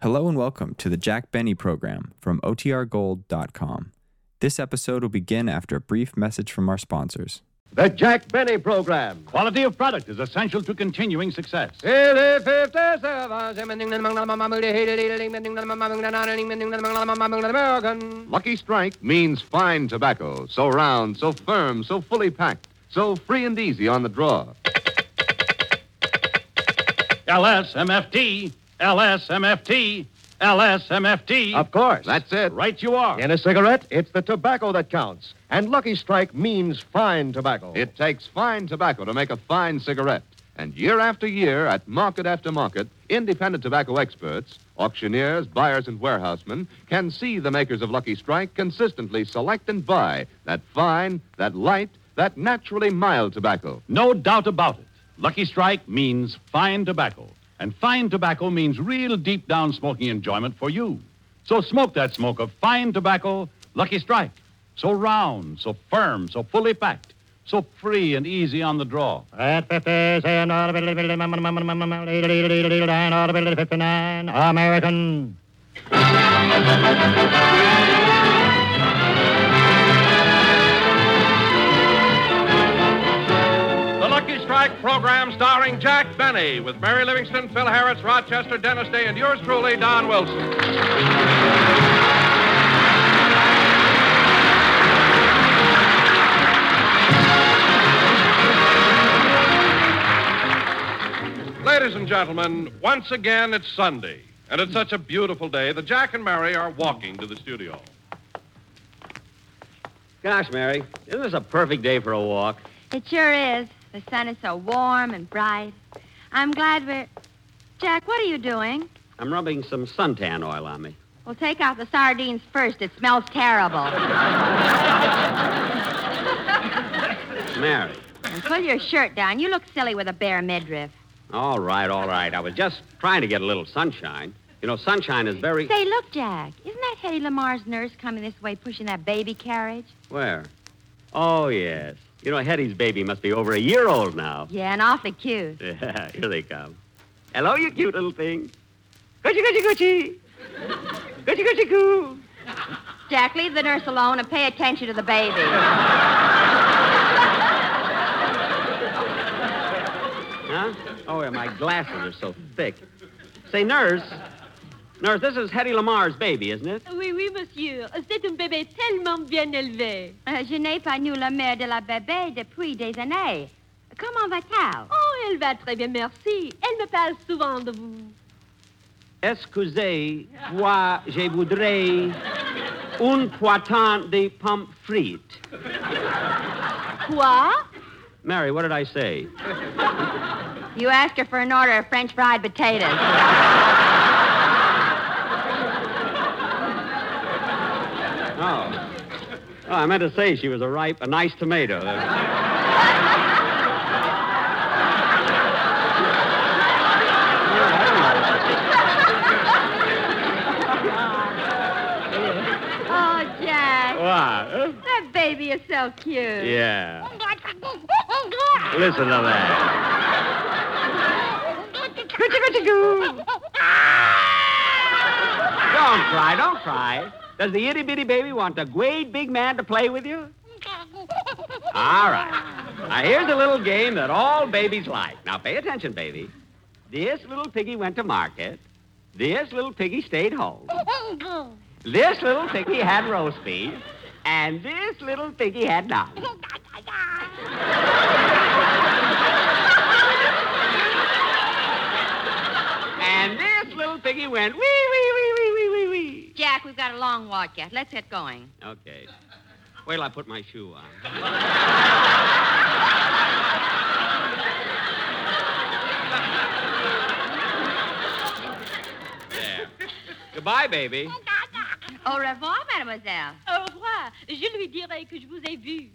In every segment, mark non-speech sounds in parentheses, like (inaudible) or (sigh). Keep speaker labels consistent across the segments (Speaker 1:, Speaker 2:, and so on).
Speaker 1: Hello and welcome to the Jack Benny program from OTRGold.com. This episode will begin after a brief message from our sponsors.
Speaker 2: The Jack Benny Program.
Speaker 3: Quality of product is essential to continuing success.
Speaker 4: Oh,
Speaker 2: American.
Speaker 5: Lucky Strike means fine tobacco, so round, so firm, so fully packed, so free and easy on the draw.
Speaker 3: LSMFT, LSMFT, LSMFT.
Speaker 2: Of course.
Speaker 5: That's it.
Speaker 3: Right you are.
Speaker 2: In a cigarette, it's the tobacco that counts. And Lucky Strike means fine tobacco.
Speaker 5: It takes fine tobacco to make a fine cigarette. And year after year, at market after market, independent tobacco experts, auctioneers, buyers, and warehousemen can see the makers of Lucky Strike consistently select and buy that fine, that light, that naturally mild tobacco.
Speaker 3: No doubt about it. Lucky Strike means fine tobacco. And fine tobacco means real deep down smoking enjoyment for you. So smoke that smoke of fine tobacco, Lucky Strike. So round, so firm, so fully packed, so free and easy on the draw.
Speaker 6: The Lucky Strike program starring Jack Benny with Mary Livingston, Phil Harris, Rochester, Dennis Day, and yours truly, Don Wilson. Ladies and gentlemen, once again it's Sunday, and it's such a beautiful day that Jack and Mary are walking to the studio.
Speaker 2: Gosh, Mary, isn't this a perfect day for a walk?
Speaker 7: It sure is. The sun is so warm and bright. I'm glad we're. Jack, what are you doing?
Speaker 8: I'm rubbing some suntan oil on me.
Speaker 7: Well, take out the sardines first. It smells terrible.
Speaker 8: Mary.
Speaker 7: And pull your shirt down. You look silly with a bare midriff.
Speaker 8: All right, all right. I was just trying to get a little sunshine. You know, sunshine is very.
Speaker 7: Say, look, Jack. Isn't that Hetty Lamar's nurse coming this way pushing that baby carriage?
Speaker 8: Where? Oh, yes. You know, Hetty's baby must be over a year old now. (laughs)
Speaker 7: Yeah, and awfully cute.
Speaker 8: Yeah, here they come. Hello, you cute little thing. Goochie, goochie, goochie. Goochie, goochie, goo.
Speaker 7: Jack, leave the nurse alone and pay attention to the baby.
Speaker 8: Huh? Oh, yeah, my glasses are so thick. Say, nurse. Nurse, this is Hetty Lamar's baby, isn't it?
Speaker 9: Oui, oui, monsieur. C'est un bébé tellement bien élevé.
Speaker 7: Uh, je n'ai pas nu la mère de la bébé depuis des années. Comment va-t-elle?
Speaker 9: Oh, elle va très bien, merci. Elle me parle souvent de vous.
Speaker 8: Excusez, moi, je voudrais un poitin de pommes frites.
Speaker 9: Quoi?
Speaker 8: Mary, what did I say?
Speaker 7: You asked her for an order of French
Speaker 9: (laughs)
Speaker 7: fried potatoes.
Speaker 8: Oh. oh I meant to say she was a ripe, a nice tomato.
Speaker 7: Oh, Jack.
Speaker 8: What?
Speaker 7: That baby is so cute.
Speaker 8: Yeah. Listen to that. Don't cry, don't cry. Does the itty bitty baby want the great big man to play with you? All right. Now, here's a little game that all babies like. Now, pay attention, baby. This little piggy went to market. This little piggy stayed home. This little piggy had roast beef. And this little piggy had none. And this little piggy went wee, wee, wee, wee, wee, wee, wee.
Speaker 7: Jack, we've got a long walk yet. Let's get going.
Speaker 8: Okay. Wait till I put my shoe on. there. Goodbye, baby.
Speaker 7: Au revoir, mademoiselle.
Speaker 9: Au revoir. Je lui dirai que je vous ai vu.
Speaker 2: Euh,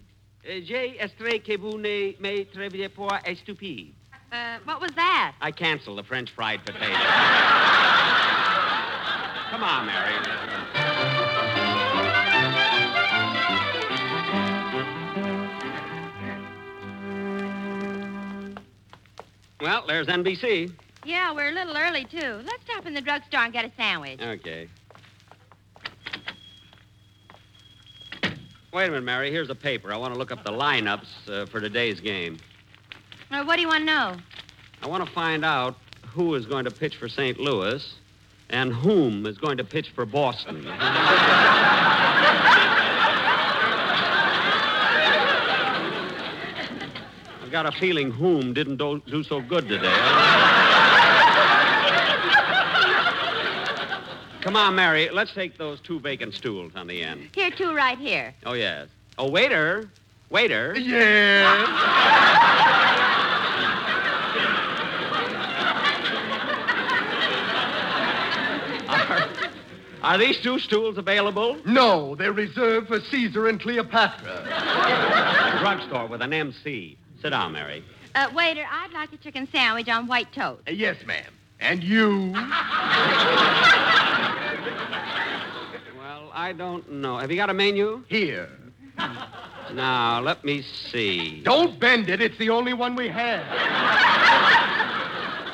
Speaker 8: Uh, J'ai estre que vous ne me trevez pour estupide.
Speaker 7: Uh, what was that?
Speaker 8: I cancel the French fried potato. Come on, Mary. Well, there's NBC.
Speaker 7: Yeah, we're a little early, too. Let's stop up in the drugstore and get a sandwich.
Speaker 8: Okay. Wait a minute, Mary. Here's a paper. I want to look up the lineups uh, for today's game.
Speaker 7: Or Uh, what do you want to know?
Speaker 8: I want to find out who is going to pitch for St. Louis and whom is going to pitch for Boston. I've got a feeling whom didn't do, do so good today. Come on, Mary. Let's take those two vacant stools on the end.
Speaker 7: Here, two right here.
Speaker 8: Oh, yes. Oh, waiter. Waiter.
Speaker 2: Yeah.
Speaker 8: Are, are these two stools available?
Speaker 2: No, they're reserved for Caesar and Cleopatra.
Speaker 8: Drugstore with an MC. Sit down, Mary.
Speaker 7: Uh, waiter, I'd like a chicken sandwich on white toast.
Speaker 2: Uh, Yes, ma'am. And you?
Speaker 8: Well, I don't know. Have you got a menu?
Speaker 2: Here.
Speaker 8: Now, let me see.
Speaker 2: Don't bend it. It's the only one we have.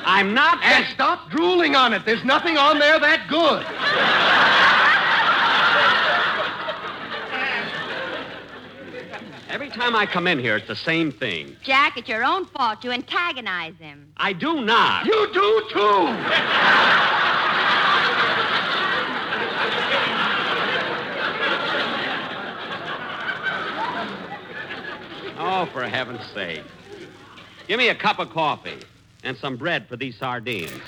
Speaker 8: I'm not.
Speaker 2: And stop drooling on it. There's nothing on there that good.
Speaker 8: Every time I come in here, it's the same thing.
Speaker 7: Jack, it's your own fault. You antagonize him.
Speaker 8: I do not.
Speaker 2: You do too.
Speaker 7: Uh,
Speaker 8: Oh, for heaven's sake. Give me a cup of coffee and some bread for these sardines.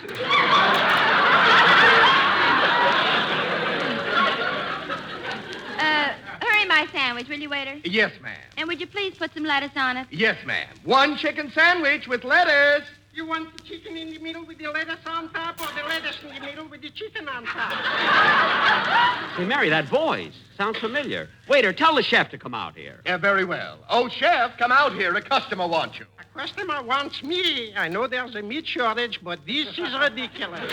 Speaker 7: Uh, hurry my sandwich, will you, waiter?
Speaker 2: Yes, ma'am.
Speaker 7: And would you please put some lettuce on it?
Speaker 2: Yes, ma'am. One chicken sandwich with lettuce.
Speaker 10: You want the chicken in the middle with the lettuce on top, or the lettuce in the middle with the chicken on top?
Speaker 8: Hey, Mary, that voice sounds familiar. Waiter, tell the chef to come out here.
Speaker 2: Yeah, very well. Oh, chef, come out here. A customer wants you.
Speaker 10: A customer wants me. I know there's a meat shortage, but this is ridiculous.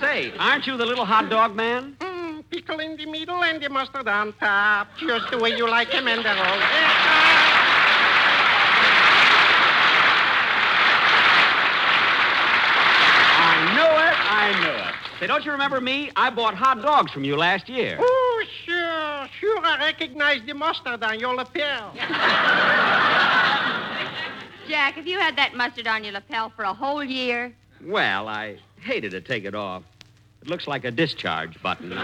Speaker 8: Say, aren't you the little hot dog man?
Speaker 10: Mm, pickle in the middle and the mustard on top, just the way you like them, and they're all there.
Speaker 8: I knew it. I knew it. Say, don't you remember me? I bought hot dogs from you last year.
Speaker 10: Oh, sure, sure, I recognize the mustard on your lapel.
Speaker 7: Jack, if you had that mustard on your lapel for a whole year,
Speaker 8: Well, I hated to take it off. It looks like a discharge button. but,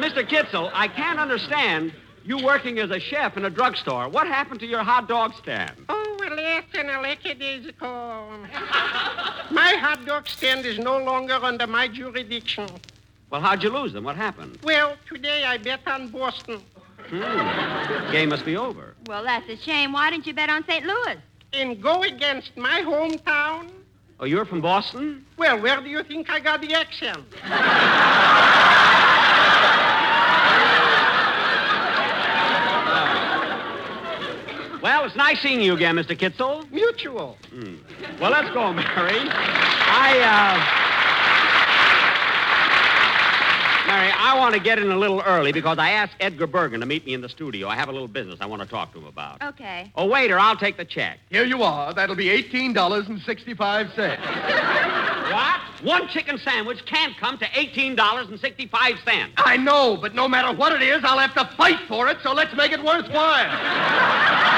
Speaker 8: Mr. Kitzel, I can't understand you working as a chef in a drugstore. What happened to your hot dog stand?
Speaker 10: Oh, well, yes, and a lucky days ago. My hot dog stand is no longer under my jurisdiction.
Speaker 8: Well, how'd you lose them? What happened?
Speaker 10: Well, today I bet on Boston.
Speaker 8: Game must be over.
Speaker 7: Hmm. well, that's a shame. Why didn't you bet on St. Louis?
Speaker 10: and go against my hometown?
Speaker 8: Oh, you're from Boston?
Speaker 10: Well, where do you think I got the accent?
Speaker 8: Well, it's nice seeing you again, Mr. Kitzel. Hmm.
Speaker 10: Mutual.
Speaker 8: Well, let's go, Mary. I, uh. Mary, I want to get in a little early because I asked Edgar Bergen to meet me in the studio. I have a little business I want to talk to him about.
Speaker 7: Okay.
Speaker 8: Oh, waiter, I'll take the check.
Speaker 2: Here you are. That'll be $18.65.
Speaker 8: What? One chicken sandwich can't come to $18.65.
Speaker 2: I know, but no matter what it is, I'll have to fight for it, so let's make it worthwhile.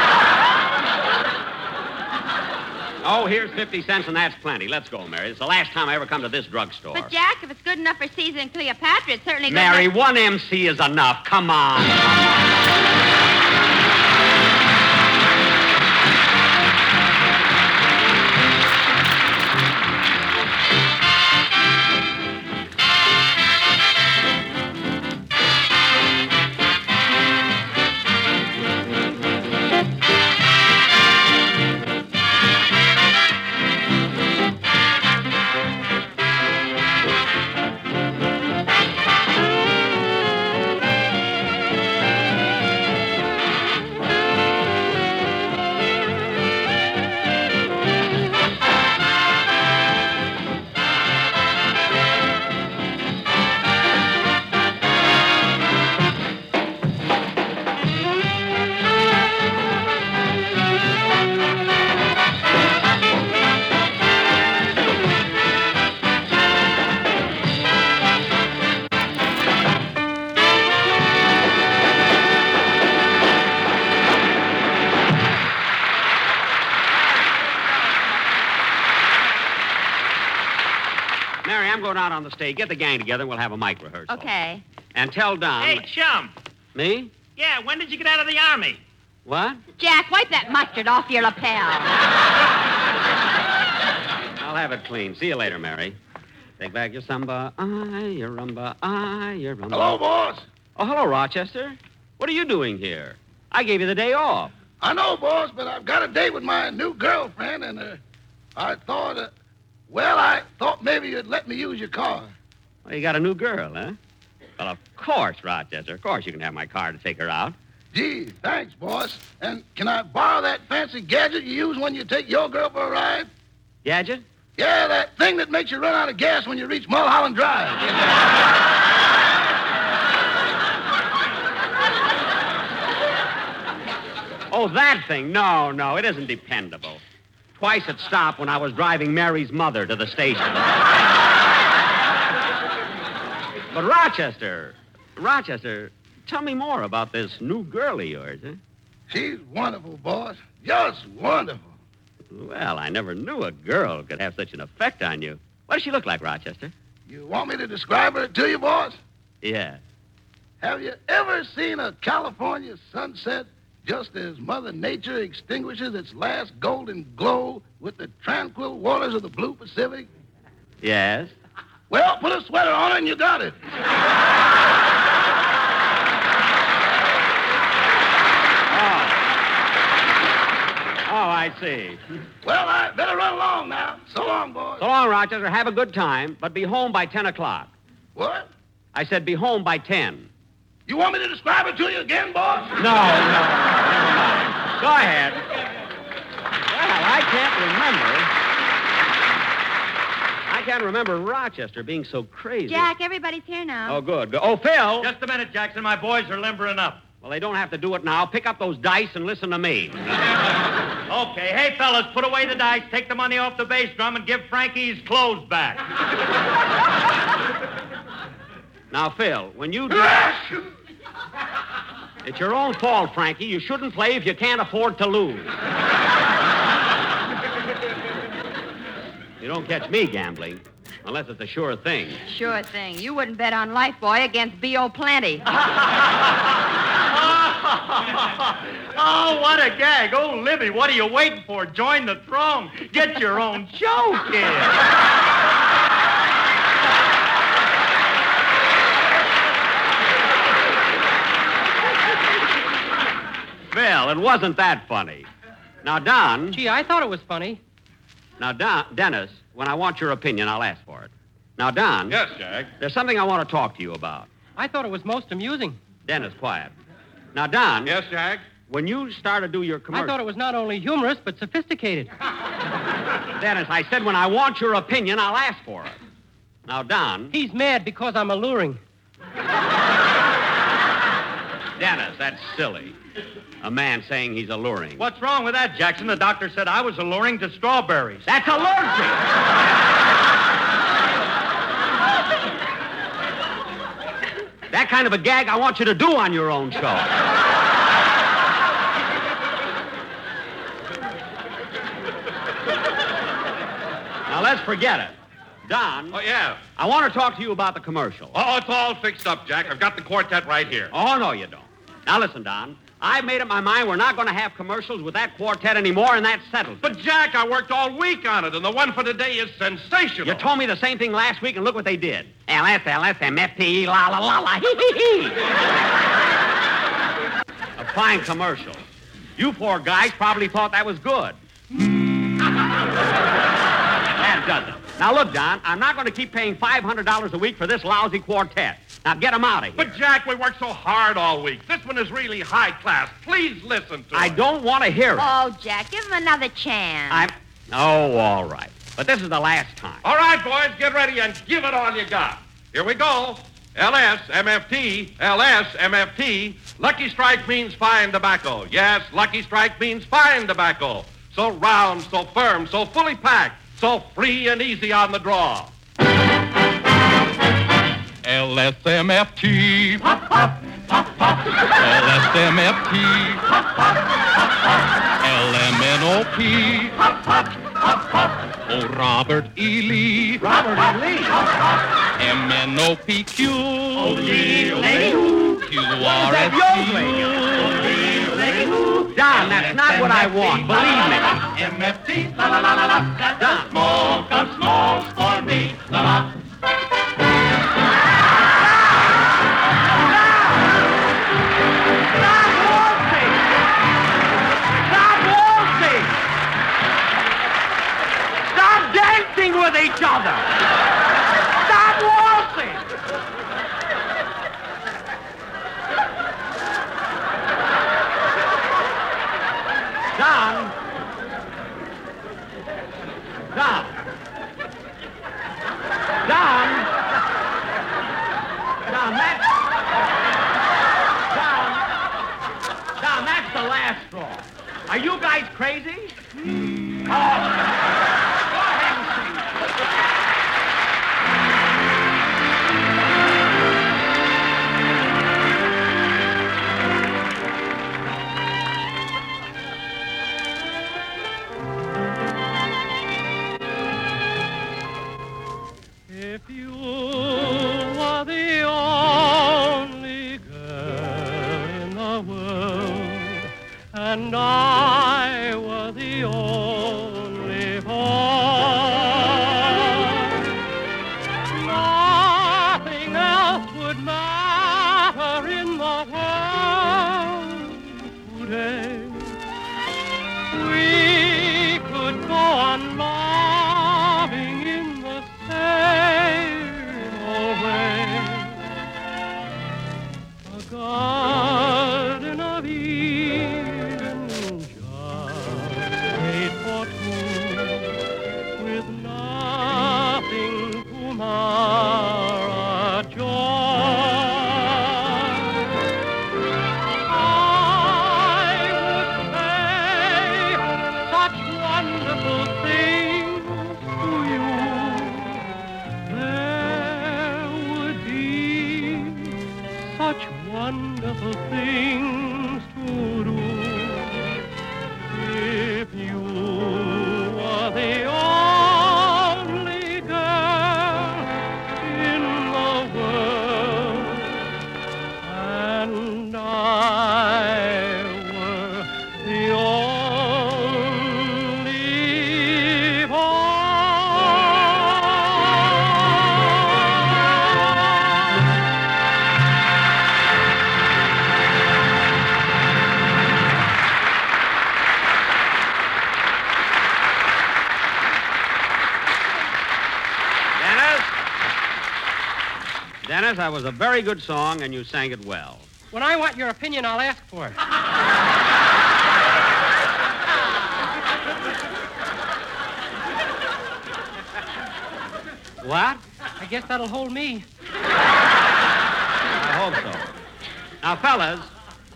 Speaker 8: Oh, here's 50 cents, and that's plenty. Let's go, Mary. It's the last time I ever come to this drugstore.
Speaker 7: But, Jack, if it's good enough for Caesar and Cleopatra, it's certainly good
Speaker 8: Mary,
Speaker 7: enough-
Speaker 8: one MC is enough. Come on. Mary, I'm going out on the stage. Get the gang together and we'll have a mic rehearsal.
Speaker 7: Okay.
Speaker 8: And tell Don.
Speaker 11: Hey, chum.
Speaker 8: Me?
Speaker 11: Yeah, when did you get out of the army?
Speaker 8: What?
Speaker 7: Jack, wipe that mustard off your lapel.
Speaker 8: I'll have it clean. See you later, Mary. Take back your samba, ah, your rumba, ah, your rumba.
Speaker 12: Hello, boss.
Speaker 8: Oh, hello, Rochester. What are you doing here? I gave you the day off.
Speaker 12: I know, boss, but I've got a date with my new girlfriend, and uh, I thought, uh, well, I thought maybe you'd let me use your car.
Speaker 8: Well, you got a new girl, huh? Well, of course, Rochester. Of course you can have my car to take her out.
Speaker 12: Gee, thanks, boss. And can I borrow that fancy gadget you use when you take your girl for a ride?
Speaker 8: Gadget?
Speaker 12: Yeah, that thing that makes you run out of gas when you reach Mulholland Drive.
Speaker 8: Oh, that thing. No, no, it isn't dependable. Twice it stopped when I was driving Mary's mother to the station. but Rochester, Rochester, tell me more about this new girl of yours, huh?
Speaker 12: She's wonderful, boss. Just wonderful.
Speaker 8: Well, I never knew a girl could have such an effect on you. What does she look like, Rochester?
Speaker 12: You want me to describe her to Uh, you, boss?
Speaker 8: Yeah.
Speaker 12: Have you ever seen a California sunset just as Mother Nature extinguishes its last golden glow with the tranquil waters of the blue Pacific?
Speaker 8: Yes.
Speaker 12: Well, put a sweater on her and you got it.
Speaker 8: Oh, I see.
Speaker 12: Well, I better run along now. So long, boys.
Speaker 8: So long, Rochester. Have a good time, but be home by 10 o'clock.
Speaker 12: What?
Speaker 8: I said be home by 10.
Speaker 12: You want me to describe it to you again, boss?
Speaker 8: No, no, never mind. Go ahead. Well, I can't remember. I can't remember Rochester being so crazy.
Speaker 7: Jack, everybody's here now.
Speaker 8: Oh, good. good. Oh, Phil.
Speaker 11: Just a minute, Jackson. My boys are limbering up.
Speaker 8: Well, they don't have to do it now. Pick up those dice and listen to me.
Speaker 11: Okay, hey, fellas, put away the dice, take the money off the bass drum, and give Frankie his clothes back.
Speaker 8: Now, Phil, when
Speaker 11: (laughs)
Speaker 8: you do. it's your own fault, Frankie. You shouldn't play if you can't afford to lose. you don't catch me gambling, unless it's a sure thing.
Speaker 7: Sure thing. You wouldn't bet on Life Boy against
Speaker 11: (laughs)
Speaker 7: B.O. Plenty.
Speaker 11: Oh, what a gag. Oh, Libby, what are you waiting for? Join the throng. Get your own show, kid.
Speaker 8: Phil, it wasn't that funny. Now, Don.
Speaker 13: Gee, I thought it was funny.
Speaker 8: Now, Don, Dennis, when I want your opinion, I'll ask for it. Now, Don.
Speaker 6: Yes, Jack.
Speaker 8: There's something I want to talk to you about.
Speaker 13: I thought it was most amusing.
Speaker 8: Dennis, quiet. Now, Don.
Speaker 6: Yes, Jack.
Speaker 8: When you started to do your commercial.
Speaker 13: I thought it was not only humorous, but
Speaker 6: (laughs)
Speaker 13: sophisticated.
Speaker 8: Dennis, I said when I want your opinion, I'll ask for it. Now, Don.
Speaker 13: He's mad because I'm alluring.
Speaker 8: Dennis, that's silly. A man saying he's alluring.
Speaker 11: What's wrong with that, Jackson? The doctor said I was alluring to strawberries.
Speaker 8: That's allergic. that kind of a gag I want you to do on your own show. Now let's forget it. Don,
Speaker 6: Oh, yeah.
Speaker 8: I want to talk to you about the commercial.
Speaker 6: Oh, it's all fixed up, Jack. I've got the quartet right here.
Speaker 8: Oh, no, you don't. Now listen, Don. I've made up my mind we're not going to have commercials with that quartet anymore, and that settles. it.
Speaker 6: But, Jack, I worked all week on it, and the one for today is sensational.
Speaker 8: You told me the same thing last week, and look what they did. LS, LS, MFTE, E, la, la, la, la, hee, hee, hee. A fine commercial. You poor guys probably thought that was good. that does it. Now, look, Don, I'm not going to keep paying $500 a week for this lousy quartet. Now, get 'em out of here.
Speaker 6: But, Jack, we worked so hard all week. This one is really high class. Please listen to
Speaker 8: I
Speaker 6: it.
Speaker 8: don't want to hear it.
Speaker 7: Oh, Jack, give him another chance.
Speaker 8: I'm. Oh, all right. But this is the last time.
Speaker 6: All right, boys, get ready and give it all you got. Here we go. LS, MFT, LS, MFT. Lucky Strike means fine tobacco. Yes, Lucky Strike means fine tobacco. So round, so firm, so fully packed, so free and easy on the draw. LSMFT. Pop, pop,
Speaker 4: LSMFT. LMNOP. Oh, Robert E. Lee. Robert E. Lee. MNOPQ. QRST.
Speaker 8: Don, that's not what I want. Believe me.
Speaker 4: MFT. La la la la la. That's a smoke of smokes for me. La la.
Speaker 11: Stop waltzing! Stop dancing with each other! Stop waltzing!
Speaker 8: Don. Don. Don. Don, that. Don. Don, that's the last straw. Are you guys crazy?
Speaker 4: If you are the only girl in the world, and I were the only boy, nothing else would matter in the world today. We could go on loving in the same old way. A garden of Eden just made for two, with nothing to mar our joy. such wonderful things to you. There would be such wonderful things to do if you were the only girl in the world and I were the only
Speaker 8: Dennis? Dennis, that was a very good song, and you sang it well.
Speaker 13: When I want your opinion, I'll ask for it.
Speaker 8: What?
Speaker 13: I guess that'll hold me.
Speaker 8: I hope so. Now, fellas,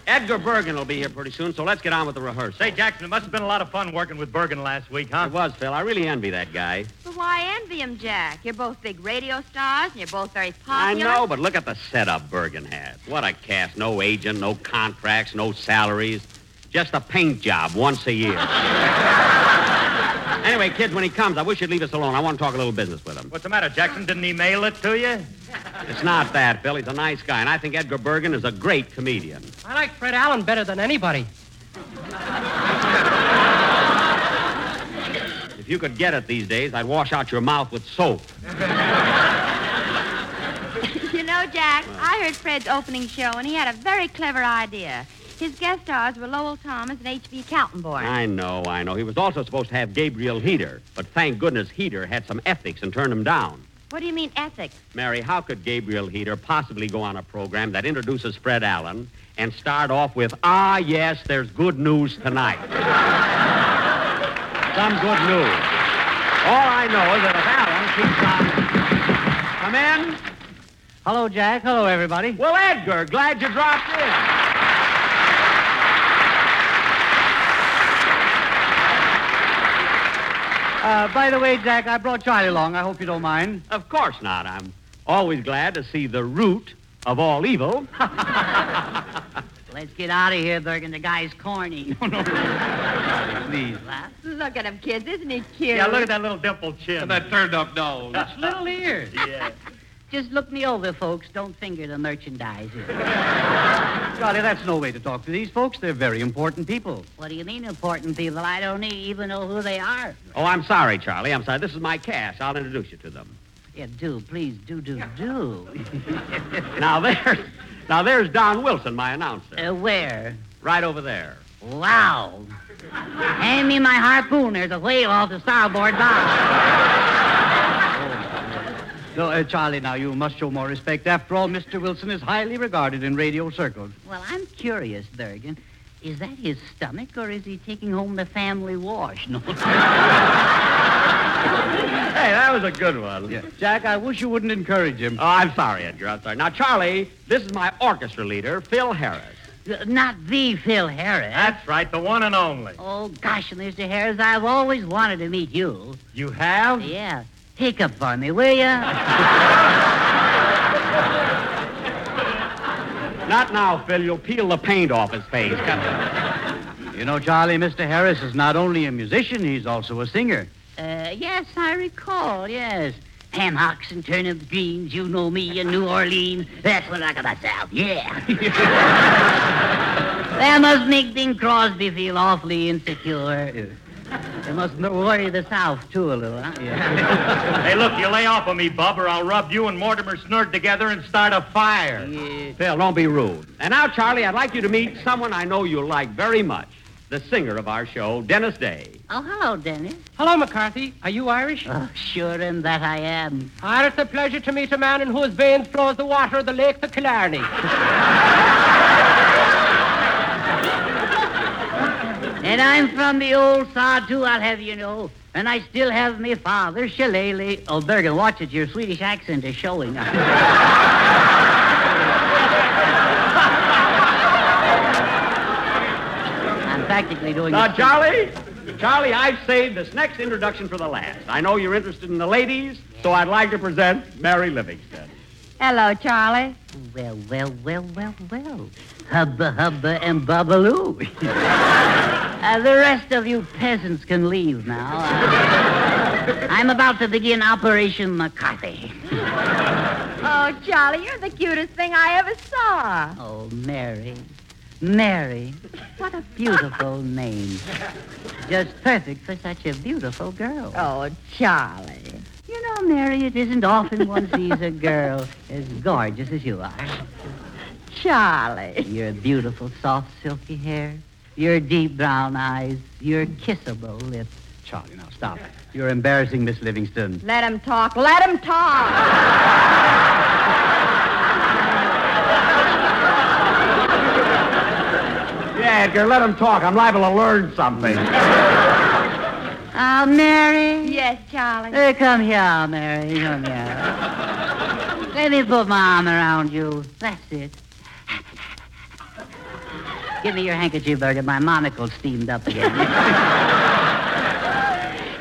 Speaker 8: Edgar Bergen will be here pretty soon, so let's get on with the rehearsal.
Speaker 11: Say, Jackson, it must have been a lot of fun working with Bergen last week, huh?
Speaker 8: It was, Phil. I really envy that guy.
Speaker 7: But why envy him, Jack? You're both big radio stars, and you're both very
Speaker 8: I
Speaker 7: popular.
Speaker 8: know, but look at the setup Bergen had. What a cast. No agent, no contracts, no salaries. Just a paint job once a year. anyway, kids, when he comes, I wish you'd leave us alone. I want to talk a little business with him.
Speaker 11: What's the matter, Jackson? Didn't he mail it to you?
Speaker 8: It's not that, Phil. He's a nice guy, and I think Edgar Bergen is a great comedian.
Speaker 13: I like Fred Allen better than anybody.
Speaker 8: If you could get it these days, I'd wash out your mouth with soap.
Speaker 7: (laughs) you know, Jack, I heard Fred's opening show, and he had a very clever idea. His guest stars were Lowell Thomas and H.B. Kaltenborn.
Speaker 8: I know, I know. He was also supposed to have Gabriel Heater, but thank goodness Heater had some ethics and turned him down.
Speaker 7: What do you mean ethics?
Speaker 8: Mary, how could Gabriel Heater possibly go on a program that introduces Fred Allen and start off with, ah, yes, there's good news tonight? Some good news. All I know is that if Allen keeps on. Come in.
Speaker 14: Hello, Jack. Hello, everybody.
Speaker 8: Well, Edgar, glad you dropped in.
Speaker 14: Uh, by the way, Jack, I brought Charlie along. I hope you don't mind.
Speaker 8: Of course not. I'm always glad to see the root of all evil.
Speaker 15: Let's get out of here, Bergen. The guy's
Speaker 8: (laughs)
Speaker 15: corny.
Speaker 8: Please.
Speaker 7: Look at him, kids. Isn't he cute?
Speaker 11: Yeah, look at that little dimpled chin.
Speaker 6: And that turned up nose.
Speaker 15: It's little ears.
Speaker 11: Yeah.
Speaker 15: Just look me over, folks. Don't finger the merchandise.
Speaker 8: (laughs) Charlie, that's no way to talk to these folks. They're very important people.
Speaker 15: What do you mean, important people? I don't e-, even know who they
Speaker 8: (laughs)
Speaker 15: are.
Speaker 8: Oh, I'm sorry, Charlie. I'm sorry. This is my cast. I'll introduce you to them.
Speaker 15: Yeah, do, please, do, do, do.
Speaker 8: (laughs)
Speaker 15: Uh,
Speaker 8: Now there's, now there's Don Wilson, my announcer.
Speaker 15: Uh, where?
Speaker 8: Right over there.
Speaker 15: Wow. Hand me my harpoon. There's a whale off the starboard bow.
Speaker 14: No, uh, Charlie, now you must show more respect. After all, Mr. Wilson is highly regarded in radio circles.
Speaker 15: Well, I'm curious, Bergen. Is that his stomach, or is he taking home the family wash? No. (laughs)
Speaker 8: Hey, that was a good one. Jack, I wish you wouldn't encourage him. Oh, I'm sorry, Edgar. I'm sorry. Now, Charlie, this is my orchestra leader, Phil Harris.
Speaker 15: Uh, Not the Phil Harris.
Speaker 11: That's right, the one and only.
Speaker 15: Oh, gosh, Mr. Harris, I've always wanted to meet you.
Speaker 11: You have?
Speaker 15: Yeah. Take up for me, will you?
Speaker 8: Not now, Phil. You'll peel the paint off his face.
Speaker 14: You know, Charlie, Mr. Harris is not only a musician, he's also a singer.
Speaker 15: (laughs) Uh, yes, I recall, yes. Ham hocks and turnip greens, you know me in New Orleans. That's what I got myself, yeah. that must make Bing Crosby feel awfully insecure. It must worry the South, too, a little, huh?
Speaker 11: hey, look, you lay off of me, Bub, or I'll rub you and Mortimer Snurd together and start a fire.
Speaker 8: Phil, don't be rude. And now, Charlie, I'd like you to meet someone I know you'll like very much. The singer of our show, Dennis Day.
Speaker 15: (laughs) Oh, hello, Dennis.
Speaker 13: Hello, McCarthy. Are you Irish?
Speaker 15: Oh, sure, and that I am.
Speaker 13: Ah, it's a pleasure to meet a man in whose veins flows the water of the Lake of Killarney.
Speaker 15: (laughs) And I'm from the old saw, too, I'll have you know. And I still have me father's shillelagh. Oh, Bergen, watch it. Your Swedish accent is showing. I'm practically doing
Speaker 8: Now,
Speaker 15: it.
Speaker 8: Charlie, Charlie, I've saved this next introduction for the last. I know you're interested in the ladies, so I'd like to present Mary Livingston.
Speaker 7: Hello, Charlie.
Speaker 15: Well, well, well, well, well. Hubba, hubba, and babaloo. (laughs) uh, the rest of you peasants can leave now. Uh, I'm about to begin Operation McCarthy.
Speaker 7: Oh, Charlie, you're the cutest thing I ever saw.
Speaker 15: Oh, Mary. Mary. What a beautiful name. Just perfect for such a beautiful girl.
Speaker 7: Oh, Charlie.
Speaker 15: You know, Mary, it isn't often one sees a girl as gorgeous as you are.
Speaker 7: Charlie.
Speaker 15: Your beautiful, soft, silky hair, your deep brown eyes, your kissable lips.
Speaker 14: Charlie, now stop. You're embarrassing Miss Livingston.
Speaker 7: Let him talk. Let him talk.
Speaker 8: Yeah, Edgar, let him talk. I'm liable to learn something.
Speaker 14: (laughs)
Speaker 15: Ah, Mary.
Speaker 7: Yes, Charlie.
Speaker 15: Hey, come here, Mary. Come here. Let me put my arm around you. That's it. Give me your handkerchief, Berger. My monocle's steamed up again.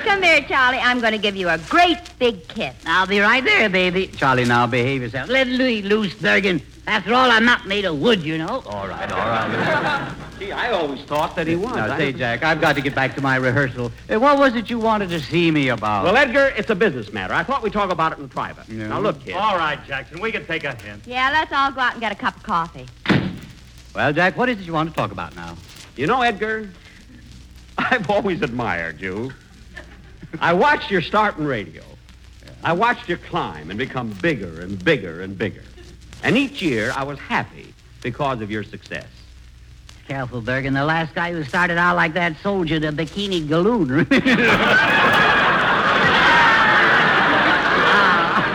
Speaker 7: Come here, Charlie. I'm going to give you a great big kiss.
Speaker 15: I'll be right there, baby.
Speaker 14: Charlie, now behave yourself.
Speaker 15: Let me loose, Bergen. After all, I'm not made of wood, you know.
Speaker 14: All right, all right.
Speaker 8: Gee, I always thought that he was.
Speaker 14: Now,
Speaker 8: I-
Speaker 14: say, Jack, I've got to get back to my rehearsal. Uh, what was it you wanted to see me about?
Speaker 8: Well, Edgar, it's a business matter. I thought we'd talk about it in private. Now, look, kid.
Speaker 11: All right, Jackson, we can take a hint.
Speaker 7: Yeah, let's all go out and get a cup of coffee.
Speaker 14: well, Jack, what is it you want to talk about now?
Speaker 8: You know, Edgar, I've always admired you. I watched your start in radio. I watched you climb and become bigger and bigger and bigger. And each year I was happy because of your success.
Speaker 15: Careful, Bergen. The last guy who started out like that soldier, the bikini
Speaker 14: (laughs)
Speaker 15: galoon.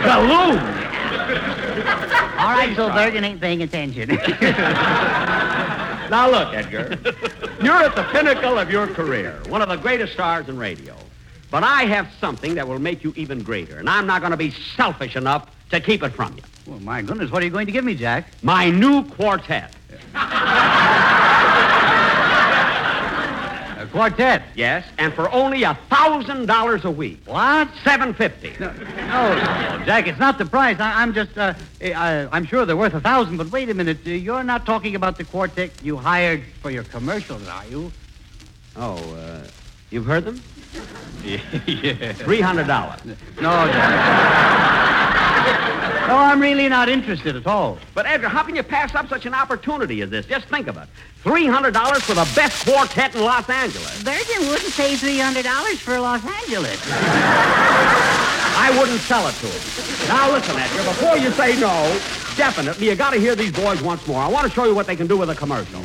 Speaker 8: Galoon!
Speaker 15: all right, so Bergen ain't paying attention. (laughs)
Speaker 8: Now look,
Speaker 14: (laughs)
Speaker 8: Edgar. You're at the pinnacle of your career, one of the greatest stars in radio. But I have something that will make you even greater, and I'm not going to be selfish enough to keep it from you.
Speaker 14: Well, my goodness, what are you going to give me, Jack?
Speaker 8: My new quartet.
Speaker 14: A
Speaker 8: quartet. Yes, and for only a thousand dollars a week. What? Seven fifty.
Speaker 14: No, no, Jack, it's not the price.
Speaker 8: (laughs)
Speaker 14: I, I'm just, uh, I, I'm sure they're worth a thousand, but wait a minute. Uh, You're not talking about the quartet you hired for your commercials, are you?
Speaker 8: Oh, uh, you've heard them?
Speaker 3: yeah.
Speaker 8: Three hundred dollars.
Speaker 14: No, No, I'm really not interested at all.
Speaker 8: But Edgar, how can you pass up such an opportunity as this? Just think of it. Three hundred dollars for the best quartet in Los Angeles.
Speaker 15: Burton wouldn't pay $300 for Los Angeles.
Speaker 8: (laughs) I wouldn't sell it to him. Now listen, Edgar, before you say no, definitely you gotta hear these boys once more. I want to show you what they can do with a commercial.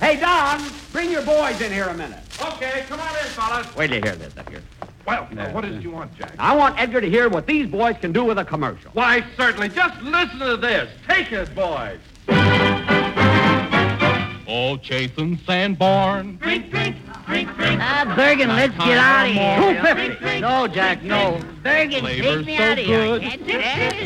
Speaker 8: Hey Don, bring your boys in here a minute.
Speaker 6: Okay, come on in, fellas.
Speaker 8: Wait till you hear this, Edgar.
Speaker 6: Well, what is it you want, Jack?
Speaker 8: I want Edgar to hear what these boys can do with a commercial.
Speaker 6: Why, certainly. Just listen to this. Take it, boys.
Speaker 16: Oh, Jason Sanborn.
Speaker 4: Drink, drink, drink, drink.
Speaker 15: Ah, Bergen, let's get out of here.
Speaker 14: No, Jack, no.
Speaker 15: Bergen, take me out of here.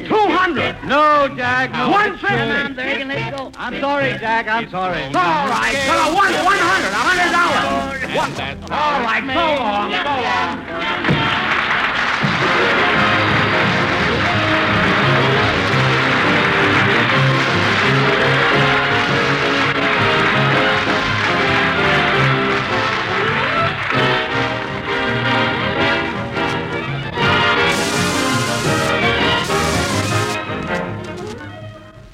Speaker 15: Two
Speaker 8: hundred.
Speaker 14: No, Jack, no.
Speaker 15: One fifty. Bergen, let's go.
Speaker 14: I'm sorry, Jack. I'm sorry.
Speaker 8: All right, so a one, one hundred, a hundred dollars. One. All right, so long, so long.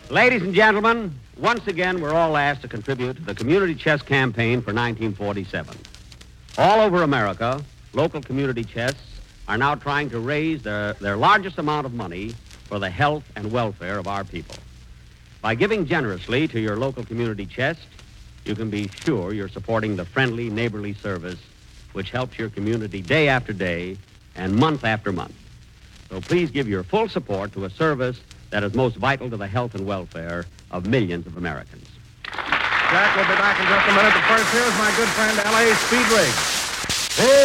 Speaker 8: Ladies and gentlemen, once again, we're all asked to contribute to the community chess campaign for 1947. All over America, local community chess are now trying to raise their, their largest amount of money for the health and welfare of our people. By giving generously to your local community chest, you can be sure you're supporting the friendly, neighborly service which helps your community day after day and month after month. So please give your full support to a service that is most vital to the health and welfare of millions of Americans.
Speaker 2: Jack, we'll be back in just a minute. But first, here's my good friend L.A. Speedway.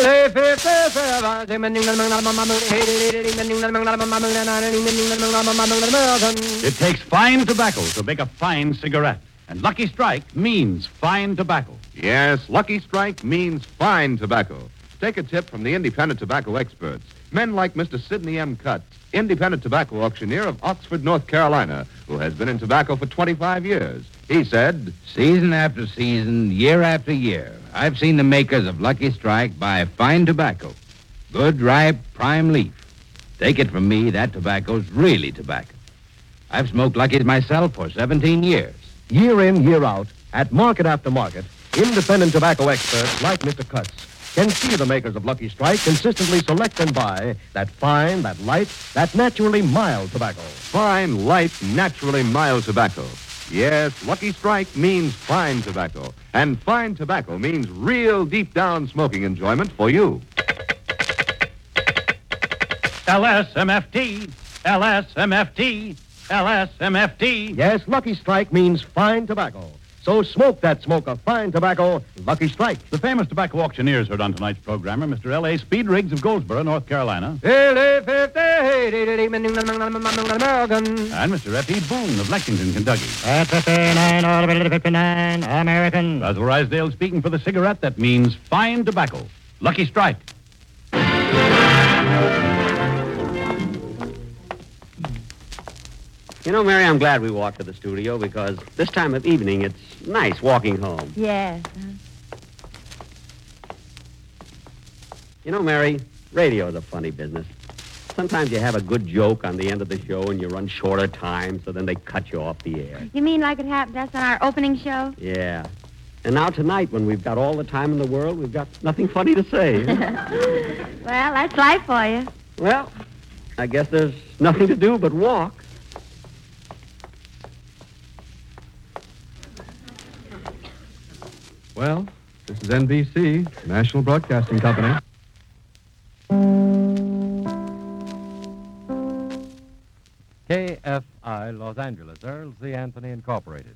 Speaker 3: It takes fine tobacco to make a fine cigarette. And Lucky Strike means fine tobacco.
Speaker 5: Yes, Lucky Strike means fine tobacco. Take a tip from the independent tobacco experts. Men like Mr. Sidney M. Cutt, independent tobacco auctioneer of Oxford, North Carolina, who has been in tobacco for 25 years. He said,
Speaker 17: Season after season, year after year, I've seen the makers of Lucky Strike buy fine tobacco. Good, ripe, prime leaf. Take it from me, that tobacco's really tobacco. I've smoked Lucky's myself for 17 years.
Speaker 2: Year in, year out, at market after market, independent tobacco experts like Mr. Cutts can see the makers of Lucky Strike consistently select and buy that fine, that light, that naturally mild tobacco.
Speaker 5: Fine, light, naturally mild tobacco. Yes, Lucky Strike means fine tobacco. And fine tobacco means real deep down smoking enjoyment for you.
Speaker 3: LSMFT, LSMFT, LSMFT.
Speaker 2: Yes, Lucky Strike means fine tobacco. So smoke that smoke of fine tobacco, Lucky Strike.
Speaker 3: The famous tobacco auctioneers heard on tonight's programmer, Mr. L.A. Speedriggs of Goldsboro, North Carolina, and Mr. F.E. Boone of Lexington, Kentucky.
Speaker 18: American.
Speaker 3: Basil Risdale speaking for the cigarette that means fine tobacco. Lucky Strike.
Speaker 8: You know, Mary, I'm glad we walked to the studio because this time of evening it's nice walking home.
Speaker 7: Yes.
Speaker 8: You know, Mary, radio's a funny business. Sometimes you have a good joke on the end of the show and you run short of time, so then they cut you off the air.
Speaker 7: You mean like it happened to us on our opening show?
Speaker 8: Yeah. And now tonight, when we've got all the time in the world, we've got nothing funny to
Speaker 7: (laughs)
Speaker 8: say.
Speaker 7: Well, that's life for you.
Speaker 8: well, I guess there's nothing to do but walk.
Speaker 5: Well, this is NBC, National Broadcasting Company.
Speaker 19: KFI Los Angeles, Earl Z. Anthony Incorporated.